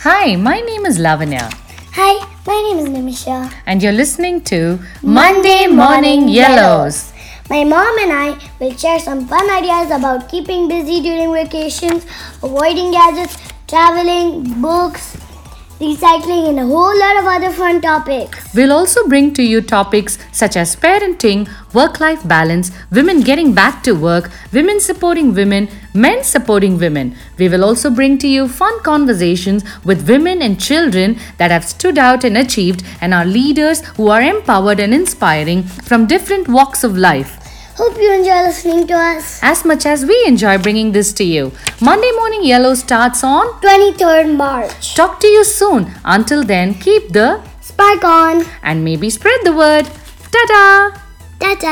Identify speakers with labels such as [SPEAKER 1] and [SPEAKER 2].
[SPEAKER 1] Hi, my name is Lavanya,
[SPEAKER 2] Hi, my name is Nimisha.
[SPEAKER 1] and you're listening to Monday Morning Yellows.
[SPEAKER 2] My mom and I will share some fun ideas about keeping busy during vacations, avoiding gadgets, traveling, books, recycling, and a whole lot of other fun topics.
[SPEAKER 1] We'll also bring to you topics such as parenting, work life balance, women getting back to work, women supporting women, men supporting women. We will also bring to you fun conversations with women and children that have stood out and achieved and are leaders who are empowered and inspiring from different walks of life.
[SPEAKER 2] Hope you enjoy listening to us.
[SPEAKER 1] As much as we enjoy bringing this to you, Monday Morning Yellow starts on
[SPEAKER 2] 23rd March.
[SPEAKER 1] Talk to you soon. Until then, keep the
[SPEAKER 2] Spark on.
[SPEAKER 1] and maybe spread the word. Ta da!
[SPEAKER 2] Ta-ta.